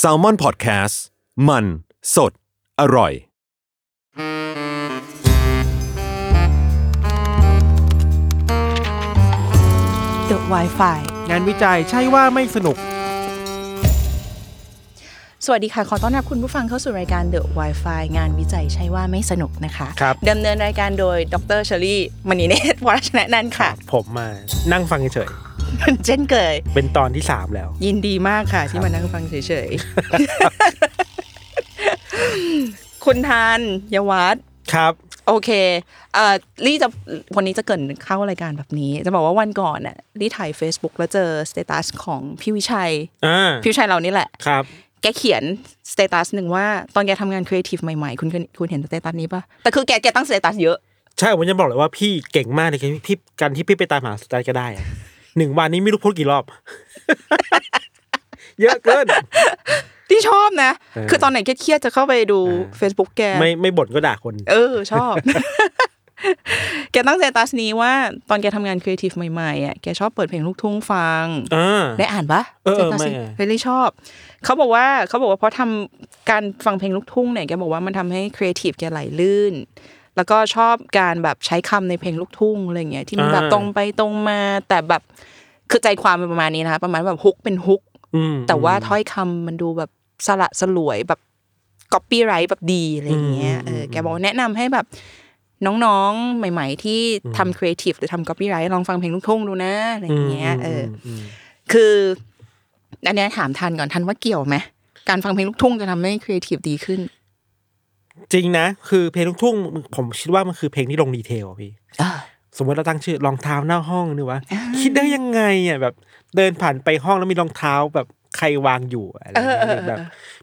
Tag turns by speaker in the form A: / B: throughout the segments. A: s a l ม o n PODCAST มันสดอร่อย
B: The Wi-Fi
C: งานวิจัยใช่ว่าไม่สนุก
B: สวัสดีค่ะ ขอต้อนรับคุณผู้ฟังเข้าสู่รายการ The Wi-Fi งานวิจัยใช่ว่าไม่สนุกนะคะ
C: ครับ
B: ดำเนินรายการโดยดรเชอรี่มณีเนตร วรชนะนันท์ค่ะ
C: ผมมานั่งฟังเฉย
B: เช่นเคย
C: ๆเป็นตอนที่ 3 แล้ว
B: ยินดีมากค่ะ ที่มานั่งฟังเฉยๆ คุณทานยวัฒน์
C: ครับ
B: โอเค เอ่อลี่จะวันนี้จะเกรินเข้ารายการแบบนี้ จะบอกว่าวันก่อนน่ะลี่ถ่าย Facebook แล้วเจอสเตตัสของพี่วิชัย
C: อ่า
B: พี่วิชัยเรานี่แหละ
C: ครับ
B: แกเขียนสเตตัสหนึ่งว่าตอนแกทำงานครีเอทีฟใหม่ๆ คุณเคยคุณเห็นสเตตัสนี้ปะแต่คือแกแกตั้งสเตตัสเยอะ
C: ใช่ผมจะบอกเลยว่าพี่เก่งมากในการที่พี่การที่พี่ไปตามหาสไตล์ก็ได้อะหนึ่งวันนี้ไม่รู้พูดกี่ รอบ เยอะเกิน
B: ที่ชอบนะ
C: เออ
B: คือตอนไหนเครียดๆจะเข้าไปดู
C: เออ
B: Facebook แก
C: ไม่ไม่บ่นก็ด่าคน
B: เออ ชอบ แกตั้งสเตตัสนี้ว่าตอนแกทำงานครีเอทีฟใหม่ๆอ่ะแกชอบเปิดเพลงลูกทุ่งฟัง
C: อ่า
B: ได้อ่านปะ
C: เออเออ
B: ตา
C: ไม่
B: ซิ
C: อ่ะ
B: เฟรลี่ชอบ เขาบอกว่าเขาบอกว่าเพราะทำการฟังเพลงลูกทุ่งเนี่ยแกบอกว่ามันทำให้ครีเอทีฟแกไหลลื่น แล้วก็ชอบการแบบใช้คำในเพลงลูกทุ่งอะไรเงี้ยที่มันแบบตรงไปตรงมา แต่แบบคือใจความเป็นประมาณนี้นะคะประมาณแบบฮุกเป็นฮุก
C: อืม
B: แต่ว่าถ้อยคำมันดูแบบสละสลวยแบบก๊อปปี้ไรแบบดีอะไรอย่างเงี้ย
C: อืม
B: เออแกบอกแนะนำให้แบบน้องๆใหม่ ๆ ที่ทำครีเอทีฟหรือทำก๊อปปี้ไรลองฟังเพลงลูกทุ่งดูนะอะไรอย่างเงี้ยเอออ
C: มอืม
B: คืออันเนี้ยถามทันก่อนทันว่าเกี่ยวไหมการฟังเพลงลูกทุ่งจะทำให้ครีเอทีฟดีขึ้น
C: จริงนะ คือเพลงลูกทุ่งผมคิดว่ามันคือเพลงที่ลงดีเทลอะพี่
B: เออ
C: สมมติเราตั้งชื่อรองเท้าหน้าห้องนี่วะคิดได้ยังไงอ่ะแบบ เดินผ่านไปห้องแล้วมีรองเท้าแบบใครวางอยู่อะไรอย่างเงี้ย
B: เออเออ
C: หรือแบบ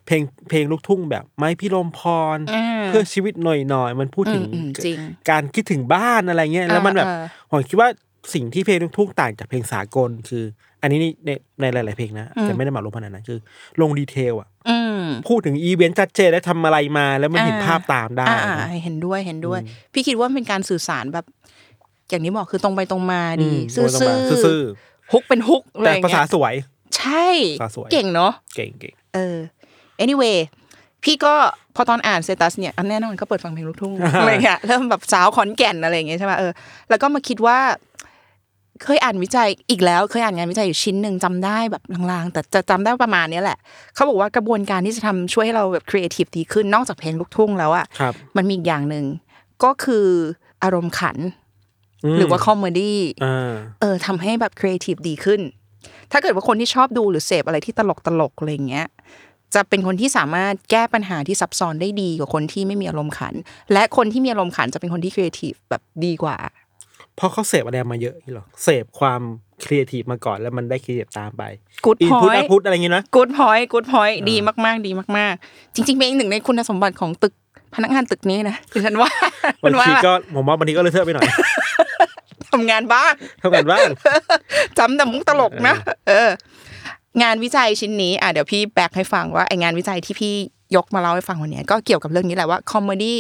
C: เพลงเพลงลูกทุ่งแบบไม้พี่ลมพร
B: อ่า
C: เพื่อชีวิตหน่อยหน่อยๆมันพูดถึง
B: อืมอืมจริง
C: การคิดถึงบ้านอะไรเงี้ยแล้วมันแบบ
B: เออเออ
C: ผมคิดว่าสิ่งที่เพลงลูกทุ่งต่างจากเพลงสากลคือ อันนี้นี่ในในหลาย ๆ เพลงนะ
B: อืม
C: แต่ไม่ได้หมายรวมขนาดนั้นคือ ลงดีเทลอ่ะ
B: อืม
C: พูดถึงอีเวนต์ชัดเจนและทำอะไรมาแล้วมันเห็น
B: อ่า
C: ภาพตามได้
B: อ่า
C: นะ
B: ๆเห็นด้วยเห็นด้วย พี่คิดว่ามันเป็นการสื่อสารแบบ อย่างนี้บอกคือตรงไปตรงมาดี
C: อืม
B: ซื่อ
C: ตรงไปตรงมาซื่อ
B: ๆฮุกเป็นฮุกอะไร
C: แต่
B: อย่ง
C: ภา
B: เงี้ย
C: ษาสวย
B: ใช่
C: ภาษาสวย
B: เก่งเนาะ
C: เก่งเก่ง
B: เออ anyway พี่ก็พอตอนอ่านเซตัสเนี่ยอันแน่นอนก็เปิดฟังเพลงลูก ทุ่ง อะไรเงี้ยเริ่มแบบสาวขอนแก่นอะไรอย่างเงี้ยใช่ป่ะเออแล้วก็มาคิดว่า เคยอ่านวิจัยอีกแล้วเคยอ่านงานวิจัยอยู่ชิ้นหนึ่งจำได้แบบลางๆ แต่จะจำได้ประมาณเนี้ยแหละ เขาบอกว่ากระบวนการที่จะทำช่วยให้เราแบบครีเอทีฟดีขึ้นนอกจากเพลงลูกทุ่งแล้วอะ
C: ครับ
B: มันมีอีกอย่างหนึ่งก็คืออารมณ์ขัน
C: ม
B: หรือว่าคอมเมดี้
C: อ่า
B: เออทำให้แบบครีเอทีฟดีขึ้น ถ้าเกิดว่าคนที่ชอบดูหรือเสพอะไรที่ตลกตลกๆอะไรอย่างเงี้ย จะเป็นคนที่สามารถแก้ปัญหาที่ซับซ้อนได้ดีกว่าคนที่ไม่มีอารมณ์ขัน และคนที่มีอารมณ์ขันจะเป็นคนที่ครีเอทีฟแบบดีกว่า
C: เพราะเขาเสพอะไรมาเยอะนี่หรอเสพความครีเอทีฟมาก่อนแล้วมันได้ครีเอทีฟตามไป
B: Good
C: อินพุต
B: point
C: เอาพุตอะไรอย่างงี้นะ
B: กูดพอยต์กูดพอยต์ดีมาก ๆ ดีมาก ๆ จริง ๆ เป็นอีกหนึ่งในคุณสมบัติของตึกพนักงานตึกนี้นะคือฉันว่า
C: บาง
B: ว่า
C: ทีก็ผมว่าบางทีก็เลอะเทอะไปหน่อย
B: ทำงานบ้าง
C: เท่ากันว่า
B: จำแต่มุกตลกนะ เออ งานวิจัยชิ้นนี้ อ่ะเดี๋ยวพี่แบกให้ฟังว่าไองานวิจัยที่พี่ยกมาเล่าให้ฟังวันเนี้ยก็เกี่ยวกับเรื่องนี้แหละว่าคอมเมดี้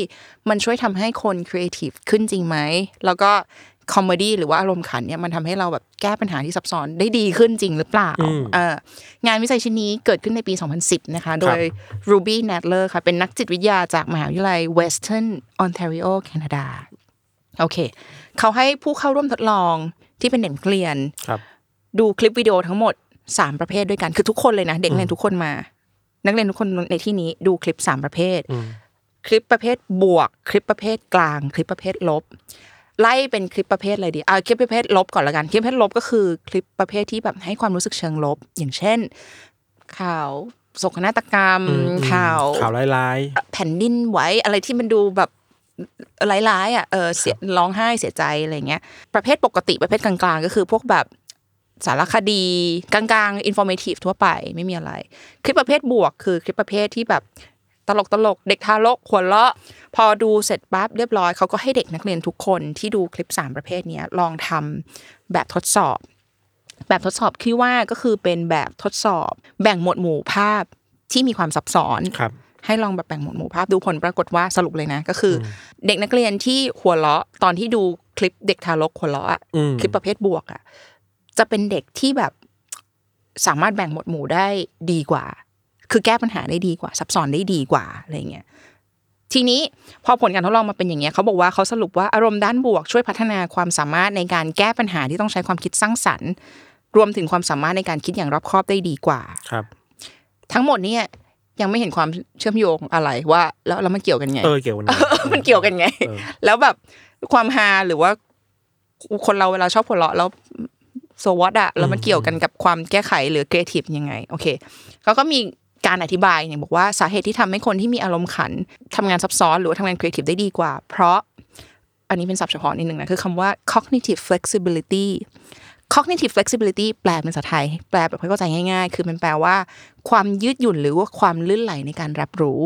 B: มันช่วยทำให้คนครีเอทีฟขึ้นจริงไหม แล้วก็คอมเมดี้หรือว่าอารมณ์ขันเนี่ยมันทำให้เราแบบแก้ปัญหาที่ซับซ้อนได้ดีขึ้นจริงหรือเปล่า
C: อืม
B: เอองานวิจัยชิ้นนี้เกิดขึ้นในปี 2010 นะคะ โดย
C: ครั
B: Ruby Nadler ค่ะ เป็นนักจิตวิทยาจากมหาวิทยาลัย Western Ontario แคนาดา โอเค เขาให้ผู้เข้าร่วมทดลองที่เป็นเด็กนักเรียน
C: ครับ
B: ดูคลิปวิดีโอทั้งหมด 3 ประเภทด้วยกันคือทุกคนเลยนะ เด็กนักเรียนทุกคนมา นักเรียนทุกคนในที่นี้ดูคลิป 3 ประเภท
C: อืม
B: คลิปประเภทบวก คลิปประเภทกลาง คลิปประเภทลบ ไล่เป็นคลิปประเภทอะไรดีเอาคลิปประเภทลบก่อนละกัน คลิปประเภทลบก็คือคลิปประเภทที่แบบให้ความรู้สึกเชิงลบ อย่างเช่น ข่าวโศกนาฏกรรม ข่าว
C: ข่าวร้าย
B: แผ่นดินไหวอะไรที่มันดูแบบร้ายๆอ่ะเออเสียร้องไห้เสียใจอะไรเงี้ย ประเภทปกติประเภทกลางๆ ก็คือพวกแบบสารคดีกลางๆ informative ทั่วไปไม่มีอะไร คลิปประเภทบวกคือคลิปประเภทที่แบบตลกตลกๆเด็กทารกหัวเราะ พอดูเสร็จปั๊บเรียบร้อยเขาก็ให้เด็กนักเรียนทุกคนที่ดูคลิป 3 ประเภทเนี้ยลองทำแบบทดสอบ แบบทดสอบที่ว่าก็คือเป็นแบบทดสอบ แบ่งหมวดหมู่ภาพที่มีความซับซ้อน
C: ๆ ครับ
B: ให้ลองแบบแบ่งหมวดหมู่ภาพดูผลปรากฏว่าสรุปเลยนะ ก็คืออเด็กนักเรียนที่หัวเราะตอนที่ดูคลิปเด็กทารกหัวเราะอะ
C: อืม
B: คลิปประเภทบวกอ่ะจะเป็นเด็กที่แบบ สามารถแบ่งหมวดหมู่ได้ดีกว่า คือแก้ปัญหาได้ดีกว่า ซับซ้อนได้ดีกว่าอะไรเงี้ยทีนี้พอผลการทดลองมาเป็นอย่างเงี้ยเขาบอกว่าเขาสรุปว่าอารมณ์ด้านบวกช่วยพัฒนาความสามารถในการแก้ปัญหาที่ต้องใช้ความคิดสร้างสรรค์ รวมถึงความสามารถในการคิดอย่างรอบคอบได้ดีกว่า
C: ครับ
B: ทั้งหมดเนี่ยยังไม่เห็นความเชื่อมโยงอะไรว่า แล้วแล้วมันเกี่ยวกันไง
C: เออเกี่ยวกันนะ
B: มันเกี่ยวกันไง
C: เออ
B: แล้วแบบความฮาหรือว่าคนเราเวลาชอบหัวเราะแล้วโซวอตอะแล้วมันเกี่ยวกันกับความแก้ไขหรือครีเอทีฟยังไง โอเคเขาก็มีการอธิบายเนี่ยบอกว่าสาเหตุที่ทำให้คนที่มีอารมณ์ขันทำงานซับซ้อนหรือว่าทำงานครีเอทีฟได้ดีกว่า เพราะอันนี้เป็นศัพท์เฉพาะนิดนึงนะ คือคำว่า cognitive flexibility cognitive flexibility แปลเป็นภาษาไทย แปลแบบให้เข้าใจง่ายๆ คือมันแปลว่า ความยืดหยุ่นหรือว่าความลื่นไหลในการรับรู้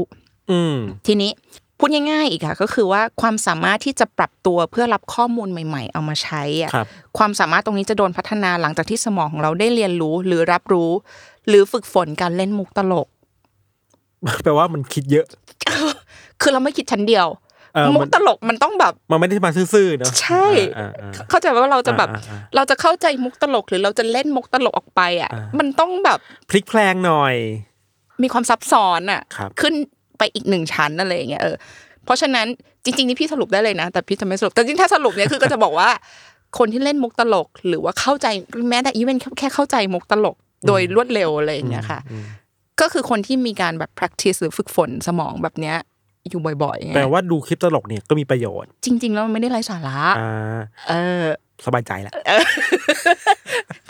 C: อืม
B: ทีนี้พูดง่ายๆอีกค่ะก็คือว่าความสามารถที่จะปรับตัวเพื่อรับข้อมูลใหม่ ๆ เอามาใช้อะ
C: ครับ
B: ความสามารถตรงนี้จะโดนพัฒนาหลังจากที่สมองของเราได้เรียนรู้หรือรับรู้ หรือฝึกฝนการเล่นมุกตลก
C: แปลว่ามันคิดเยอะ
B: คือเราไม่คิดชั้นเดียว
C: เออ
B: มุ
C: มั
B: ก
C: น
B: ตลกมันต้องแบบ
C: มันไม่ได้มาซื่อๆเนอะ
B: ใช่
C: อ่าอ่าอ่า
B: เข้าใจไหมว่าเราจะแบบ
C: อ่าอ่าอ่า
B: เราจะเข้าใจมุกตลกหรือเราจะเล่นมุกตลกออกไปอ่ะ
C: อ่ามั
B: มันต้องแบบ
C: พลิกแพลงหน่อย
B: มีความซับซ้อนอ่ะ
C: ครับ
B: ขึ้นไปอีกหนึ่งชั้นอะไรอย่างเงี้ยเออเพราะฉะนั้นจริงๆนี่พี่สรุปได้เลยนะ แต่พี่จะไม่สรุปแต่จริงๆถ้าสรุปเนี่ยคือก็จะบอกว่า คนที่เล่นมุกตลก หรือว่าเข้าใจแม้แต่อีเวนต์แค่เข้าใจมุกตลก โดยรวดเร็วอะไรอย่างเงี้ยค่ะ ก็คือคนที่มีการแบบ practice หรือฝึกฝนสมองแบบเนี้ยอยู่บ่อยๆไง
C: แปลว่าดูคลิปตลกเนี่ยก็มีประโยชน์
B: จริง ๆ แล้วมันไม่ได้ไร้สาระ
C: อ่า
B: เออ
C: สบายใจแล้ว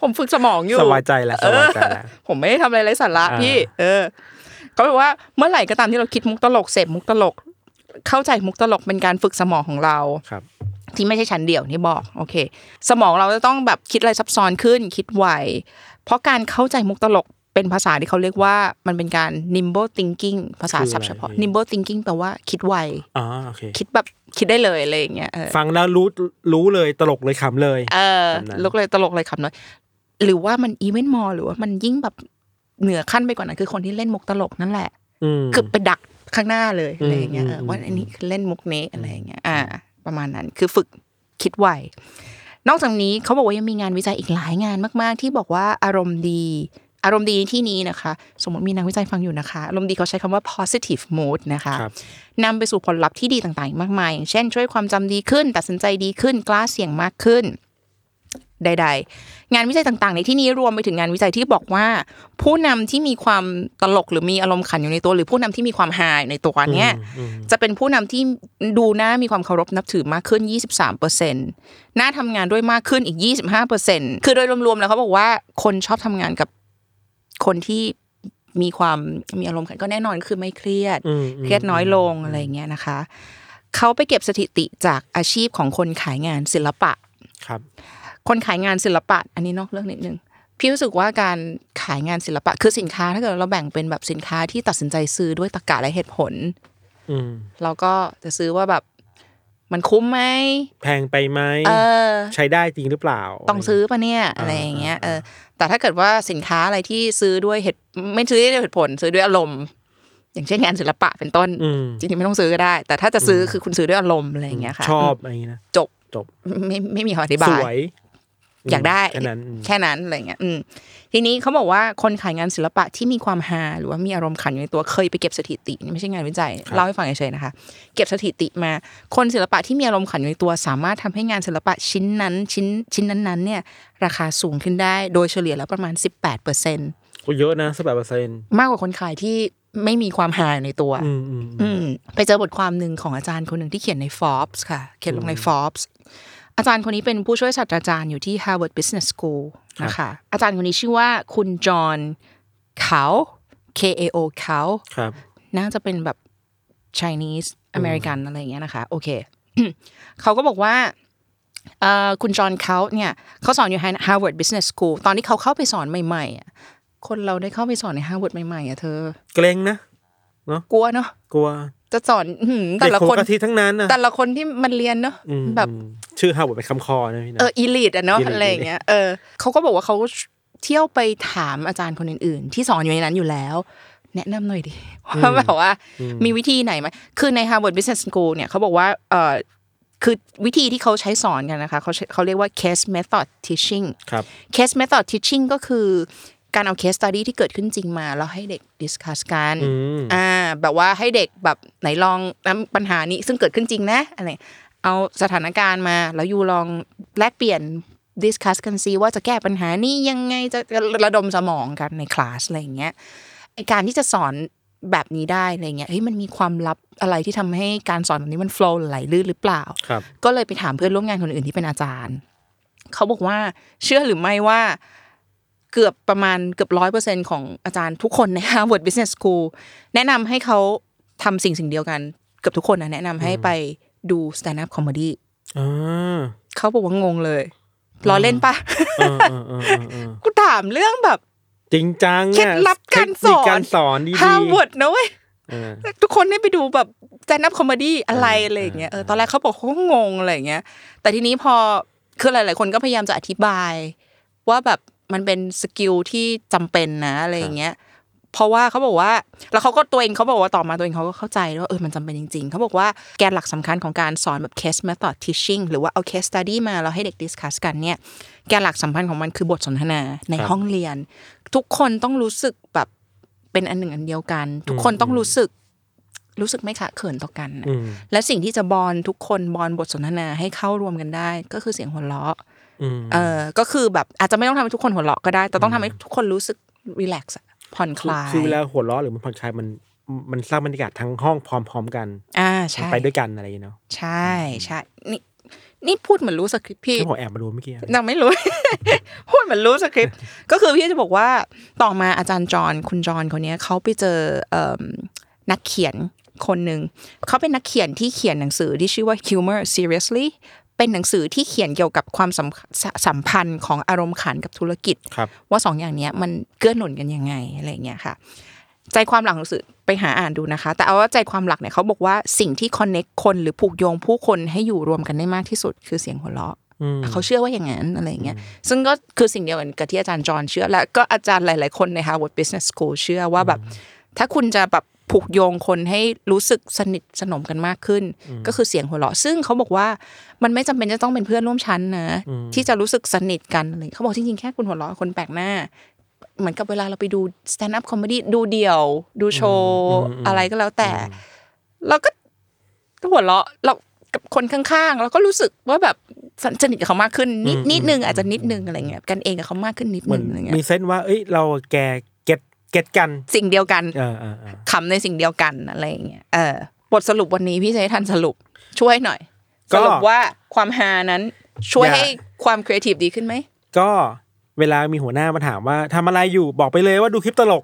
B: ผมฝึกสมองอยู่
C: สบายใจแล้ว สบายใจแล้ว
B: ผมไม่ได้ทำอะไรไร้สาระ
C: อ่า
B: พี่ เออ ก็แปลว่าเมื่อไหร่ก็ตามที่เราคิดมุกตลกเสพมุกตลก เข้าใจมุกตลกเป็นการฝึกสมองของเรา
C: ครับ
B: ที่ไม่ใช่ชั้นเดียวนี่บอกโอเค สมองเราจะต้องแบบคิดอะไรซับซ้อนขึ้น คิดไวเพราะการเข้าใจมุกตลกเป็นภาษาที่เขาเรียกว่ามันเป็นการ nimble thinking ภาษาศัพท์เฉพาะ
C: คืออะไร
B: nimble thinking แปลว่าคิดไว
C: อ๋อโอเค
B: คิดแบบคิดได้เลยอะไรอย่างเงี้ยเออ
C: ฟังแล้วรู้รู้เลยตลกเลยขำเลย
B: เออ
C: แบบนั้น
B: ลุกเลยตลกเลยขำน้อยหรือว่ามันอีเวนต์มอหรือว่ามันยิ่งแบบเหนือขั้นไปกว่านั้นคือคนที่เล่นมุกตลกนั่นแหละ
C: อืม
B: คือไปดักข้างหน้าเลย
C: อืม
B: อะไรอย่างเงี้ยเออ
C: อืม
B: ว่าอันนี้คือเล่นมุกนี้อะไรอย่างเงี้ยอ่า ประมาณนั้นคือฝึกคิดไวนอกจากนี้เขาบอกว่ายังมีงานวิจัยอีกหลายงานมากๆ ที่บอกว่าอารมณ์ดี อารมณ์ดีในที่นี้นะคะ สมมติมีนักวิจัยฟังอยู่นะคะ อารมณ์ดีเขาใช้คำว่า positive mood นะคะ
C: ครับ
B: นำไปสู่ผลลัพธ์ที่ดีต่างๆ มากมาย อย่างเช่น ช่วยความจำดีขึ้น ตัดสินใจดีขึ้น กล้าเสี่ยงมากขึ้น ใด ๆ งานวิจัยต่างๆ ในที่นี้รวมไปถึงงานวิจัยที่บอกว่า ผู้นำที่มีความตลกหรือมีอารมณ์ขันอยู่ในตัว หรือผู้นำที่มีความฮาอยู่ในตัวเนี้ย
C: อืม
B: จะเป็นผู้นำที่ดูหน้ามีความเคารพนับถือมากขึ้น 23%หน้าทำงานด้วยมากขึ้นอีก 25%คือโดยรวมๆแล้วเขาบอกว่าคนชอบทำงานกับคนที่มีความมีอารมณ์ขันก็แน่นอนคือไม่เครียด
C: อืม
B: เครียดน้อยลงอะไรอย่างเงี้ยนะคะ เขาไปเก็บสถิติจากอาชีพของคนขายงานศิลปะ
C: ครับ
B: คนขายงานศิลปะ อันนี้นอกเรื่องนิดนึง พี่รู้สึกว่าการขายงานศิลปะ คือสินค้าถ้าเกิดเราแบ่งเป็นแบบสินค้าที่ตัดสินใจซื้อด้วยตรรกะและเหตุผล
C: อืม
B: เราก็จะซื้อว่าแบบมันคุ้มไหม
C: แพงไปไหม
B: เออ
C: ใช้ได้จริงหรือเปล่า
B: ต้องซื้อปะเนี่ยอะไรอย่างเงี้ยเออแต่ถ้าเกิดว่าสินค้าอะไรที่ซื้อด้วยเหตุไม่ซื้อด้วยเหตุผล ซื้อด้วยอารมณ์ อย่างเช่นงานศิลปะเป็นต้น
C: อืม
B: จริงๆไม่ต้องซื้อก็ได้ แต่ถ้าจะซื้ออคือคุณซื้อด้วยอารมณ์อะไรอย่างเงี้ยค่ะ
C: ชอบอะไรอย่างงี้นะ
B: จบ
C: จบ
B: ไม่ไม่มีคำอธิบา
C: ส
B: ย
C: วย
B: อยากได้
C: แค่นั้นอืม
B: แค่นั้นอะไรเงี้ยอืมทีนี้เขาบอกว่าคนขายงานศิลปะที่มีความฮาหรือว่ามีอารมณ์ขันอยู่ในตัวเคยไปเก็บสถิตินี่ไม่ใช่งานวิจัยเล่าให้ฟังเฉยๆนะคะ เก็บสถิติมา คนศิลปะที่มีอารมณ์ขันอยู่ในตัว สามารถทำให้งานศิลปะชิ้นนั้น ชิ้นชิ้นนั้นๆเนี่ยราคาสูงขึ้นได้โดยเฉลี่ยแล้วประมาณ 18%
C: ก็เยอะนะสบายเปอร์เซ็นต์
B: มากกว่าคนขายที่ไม่มีความฮาอยู่ในตัว
C: อืมอืม
B: อืมไปเจอบทความหนึ่งของอาจารย์คนหนึ่งที่เขียนใน Forbes ค่ะ เขียนลงใน Forbes อาจารย์คนนี้เป็นผู้ช่วยศาสตราจารย์อยู่ที่ Harvard Business School นะคะอาจารย์คนนี้ชื่อว่าคุณจอห์นเขา K A O เขา
C: ครับ
B: น่าจะเป็นแบบ Chinese American อะไรอย่างเงี้ยนะคะ โอเค เขาก็บอกว่าเอ่อคุณจอห์นเขาเนี่ยเขาสอนอยู่ Harvard Business School ตอนที่เขาเข้าไปสอนใหม่ๆอะคนเราได้เข้าไปสอนใน Harvard ใหม่ๆอ่ะเธอ
C: เกรงนะ
B: กลัวเนาะ
C: กลัว
B: จะสอนอื้อหือแต่
C: เด็ก
B: ละ
C: โค
B: คน
C: กะทิทั้งนั้นนะ
B: แต่ละคนที่มันเรียนเนอะ
C: อืม
B: แบบ
C: อืมชื่อฮาวเวิร์ดเป็นคำคอนะพี่นะ
B: เอออีลิตอะเนาะ
C: elite
B: อะไรอย่างเงี้ยเออเขาก็บอกว่าเขาเที่ยวไปถามอาจารย์คนอื่น ๆ ที่สอนอยู่ในนั้นอยู่แล้ว แนะนำหน่อยดิว่าแบบว่ามีวิธีไหนไหมคือใน Harvard Business School เนี่ยเขาบอกว่าเออคือวิธีที่เขาใช้สอนกันนะคะเขาใช้เขาเรียกว่า case method teaching
C: ครับ
B: case method teaching ก็คือ การเอาเคส e ต u ดี้ที่เกิดขึ้นจริงมา แล้วให้เด็กดิสคัสกัน
C: อืม
B: อ่าแบบว่าให้เด็กแบบไหนลองนะปัญหานี้ซึ่งเกิดขึ้นจริงนะอะไรเอาสถานการณ์มา แล้วยูลองแลกเปลี่ยนดิสคัสกันซิว่าจะแก้ปัญหานี้ยังไงจะระดมสมองกันในคลาสอะไรอย่างเงี้ยไอ้การที่จะสอนแบบนี้ได้อะไรเงี้ยเฮ้ยมันมีความลับอะไรที่ทำให้การสอนแบบนี้มันโฟล์ไหลลื่นหรือเปล่า
C: ครับ
B: ก็เลยไปถามเพื่อนร่วมงานคนอื่นที่เป็นอาจารย์ เขาบอกว่าเชื่อหรือไม่ว่าเกือบประมาณเกือบร้อยเปอร์เซ็นของอาจารย์ทุกคนใน Harvard Business School แนะนำให้เขาทำสิ่งสิ่งเดียวกัน เกือบทุกคนนะแนะนำให้ไปดู stand up comedy
C: อ่า
B: เขาบอกว่างงเลยล้อเล่นปะ
C: เออเออเออเออ
B: กูถามเรื่องแบบ
C: จริงจังอะ
B: เคล็ดลับการสอน
C: เทคคการสอนดีๆ
B: ฮาร์วาร์ดนะเว้ย
C: เออ
B: ทุกคนได้ไปดูแบบ stand up comedy อะไร
C: เออ
B: อะไรอย่างเงี้ยเออ
C: เออ
B: ตอนแรกเขาบอกเขาก็งงอะไรอย่างเงี้ย แต่ทีนี้พอคือหลาย ๆ คนก็พยายามจะอธิบาย ว่าแบบมันเป็นสกิลที่จำเป็นนะอะไรอย่างเงี้ย เพราะว่าเขาบอกว่า แล้วเขาก็ตัวเองเขาบอกว่าต่อมาตัวเองเขาก็เข้าใจว่าเออมันจำเป็นจริง ๆ เขาบอกว่าแกนหลักสำคัญของการสอนแบบ case method teaching หรือว่าเอา case study มาแล้วให้เด็ก discuss กันเนี่ย แกนหลักสำคัญของมันคือบทสนทนาใน
C: ครับ
B: ห้องเรียน ทุกคนต้องรู้สึกแบบเป็นอันหนึ่งอันเดียวกัน ทุกคนต้องรู้สึก รู้สึกไม่ขะเขินต่อกันน่ะ
C: อืม
B: และสิ่งที่จะบอนทุกคนบอนบทสนทนาให้เข้ารวมกันได้ ก็คือเสียงหัวเราะ
C: อืม
B: เออก็คือแบบอาจจะไม่ต้องทำให้ทุกคนหัวเราะก็ได้ แต่ต้องทำให้ทุกคนรู้สึกรีแลกซ์ผ่อนคลาย
C: คือเวลาหัวเราะหรือมันผ่อนคลายมันมันสร้างบรรยากาศทั้งห้องพร้อมๆกัน
B: อ่า
C: มัน
B: ใช่
C: ไปด้วยกันอะไรอย่างเงี้ยเนาะ
B: ใช่ใช่นี่นี่พูดเหมือนรู้สคริปต์พี่
C: ที่ผมแอบมาดูเมื่อกี้อะ
B: นางไม่รู้ พูดเหมือนรู้สคริปต์ ก็คือพี่จะบอกว่าต่อมาอาจารย์จอนคุณจอนคนเนี้ยเขาไปเจอเอิ่มนักเขียนคนหนึ่งเขาเป็นนักเขียนที่เขียนหนังสือที่ชื่อว่า Humor Seriously เป็นหนังสือที่เขียนเกี่ยวกับความสัมสสัมพันธ์ของอารมณ์ขันกับธุรกิจ
C: ครับ
B: ว่าสองอย่างเนี้ยมันเกื้อหนุนกันยังไงอะไรอย่างเงี้ยค่ะ ใจความหลักของหนังสือไปหาอ่านดูนะคะ แต่เอาว่าใจความหลักเนี่ยเขาบอกว่าสิ่งที่คอนเน็กคนหรือผูกโยงผู้คนให้อยู่รวมกันได้มากที่สุด คือเสียงหัวเราะ
C: อืม
B: เขาเชื่อว่าอย่างนั้นอะไรอย่างเงี้ย ซึ่งก็คือสิ่งเดียวกันกับที่อาจารย์จอห์นเชื่อ และก็อาจารย์หลาย ๆ คนใน Harvard Business School เชื่อว่าแบบ ถ้าคุณจะแบบผูกโยงคนให้รู้สึกสนิทสนมกันมากขึ้น ก็คือเสียงหัวเราะ ซึ่งเขาบอกว่ามันไม่จำเป็นจะต้องเป็นเพื่อนร่วมชั้นนะ ที่จะรู้สึกสนิทกันอะไรเขาบอกจริง ๆ แค่คุณหัวเราะกับคนแปลกหน้า เหมือนกับเวลาเราไปดู stand up comedy ดูเดี่ยว ดูโชว์
C: อืมอืมอืม
B: อะไรก็แล้วแต่ เราก็หัวเราะเรากับคนข้างๆเราก็รู้สึกว่าแบบสนิทกับเขามากขึ้นนิดนิดนึงอาจจะนิดนึงอะไรเงี้ยกันเองกับเขามากขึ้นนิด
C: เหมื
B: นึ
C: อน
B: งอะไร
C: มี
B: เงี้ย
C: เซนส์ว่า เอ้ย เราแกเก็ตเก็ตกัน
B: สิ่งเดียวกัน
C: เออเออเออ
B: ขำในสิ่งเดียวกันอะไรอย่างเงี้ยเออบทสรุปวันนี้พี่จะให้ทันสรุปช่วยหน่อย สรุปว่าความฮานั้นช่วยให้ความครีเอทีฟดีขึ้นไหม
C: ก็เวลามีหัวหน้ามาถามว่าทำอะไรอยู่บอกไปเลยว่าดูคลิปตลก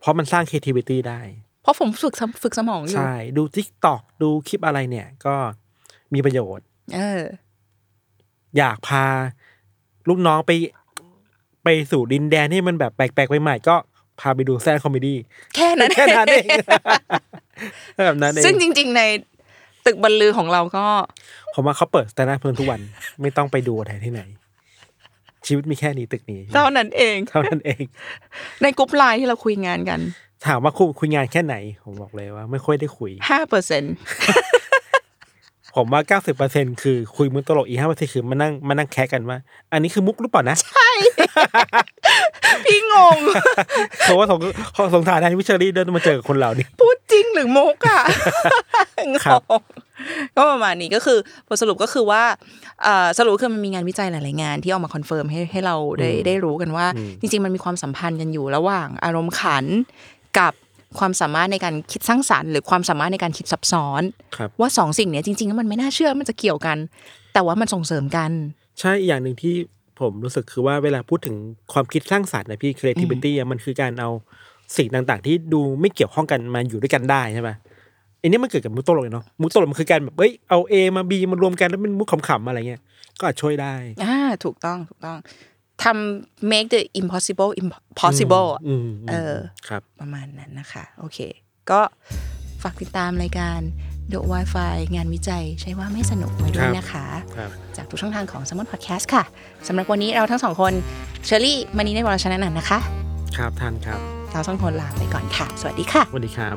C: เพราะมันสร้าง creativity ได้
B: เพราะผมฝึกสมฝึกสมองอยู่
C: ใช่ ดู TikTok ดูคลิปอะไรเนี่ย ก็มีประโยชน์
B: เออ
C: อยากพาลูกน้องไป ไปสู่ดินแดนที่มันแบบแปลกๆใหม่ๆก็พาไปดูแซนคอมเมดี้
B: แค่นั้น
C: แค่นั้นเอง แบบนั้นเอง
B: ซึ่งจริง ๆ ในตึกบรรลือของเราก็
C: ผมว่าเขาเปิดสแตนด์อัพเพิ่มทุกวัน ไม่ต้องไปดูอะไรที่ไหน ชีวิตมีแค่นี้ตึกนี้
B: เท่านั้นเอง
C: เท่านั้นเอง
B: ในกลุ่มไลน์ที่เราคุยงานกัน
C: ถามว่าคุยคุยงานแค่ไหน ผมบอกเลยว่า ไม่ค่อยได้คุย
B: ห้าเปอร์เซ็นต์
C: ผมว่า 90%คือคุยมุกตลกอีกห้าเปอร์เซ็นคือมานั่งมานั่งแคะกันว่า อันนี้คือมุกหรือเปล่านะ
B: พี่งง
C: เพราะว่าสงเขาสงสารแทนวิชเชอรี่เดินมาเจอกับคนเหล่านี้
B: พูดจริงหรือมุกอ่ะง
C: ครับ
B: งก็ประมาณนี้ก็คือบทสรุปก็คือว่าเอ่อสรุปคือมันมีงานวิจัยหลาย ๆ งานที่เออกมาคอนเฟิร์มให้ให้เราได้ได้รู้กันว่า จริง ๆ มันมีความสัมพันธ์กันอยู่ระหว่างอารมณ์ขันกับความสามารถในการคิดสร้างสรรค์หรือความสามารถในการคิดซับซ้อน
C: ครับ
B: ว่าสองสิ่งเนี้ยจริงๆแล้วมันไม่น่าเชื่อมันจะเกี่ยวกัน แต่ว่ามันส่งเสริมกัน
C: ใช่อีกอย่างหนึ่งที่ผมรู้สึกคือว่าเวลาพูดถึงความคิดสร้างสรรค์นะพี่ creativity อะมันคือการเอาสิ่งต่างๆ ที่ดูไม่เกี่ยวข้องกันมาอยู่ด้วยกันได้ใช่ไหมอันนี้มันเกิดกับมุกตลกเลยเนาะมุกตลกมันคือการแบบเอ้ยเอา A มา B มารวมกันแล้วเป็นมุกขำๆอะไรเงี้ยก็อาจช่วยได้
B: อ่าถูกต้องถูกต้องทำ make the impossible impossible อะ
C: อืม
B: เออ
C: ครับ
B: ประมาณนั้นนะคะ โอเค ก็ฝากติดตามรายการ The Wi-Fi งานวิจัยใช่ว่าไม่สนุกมาด้วยนะคะ
C: ครับ
B: จากทุกช่องทางของ s ม m o n Podcast ค่ะสำหรับวันนี้เราทั้งสองคนเชอรี่มานีในวรชนะนันท์นะคะ
C: ครับท่านครับ
B: เราสองคนลาไปก่อนค่ะ สวัสดีค่ะ
C: สวัสดีครับ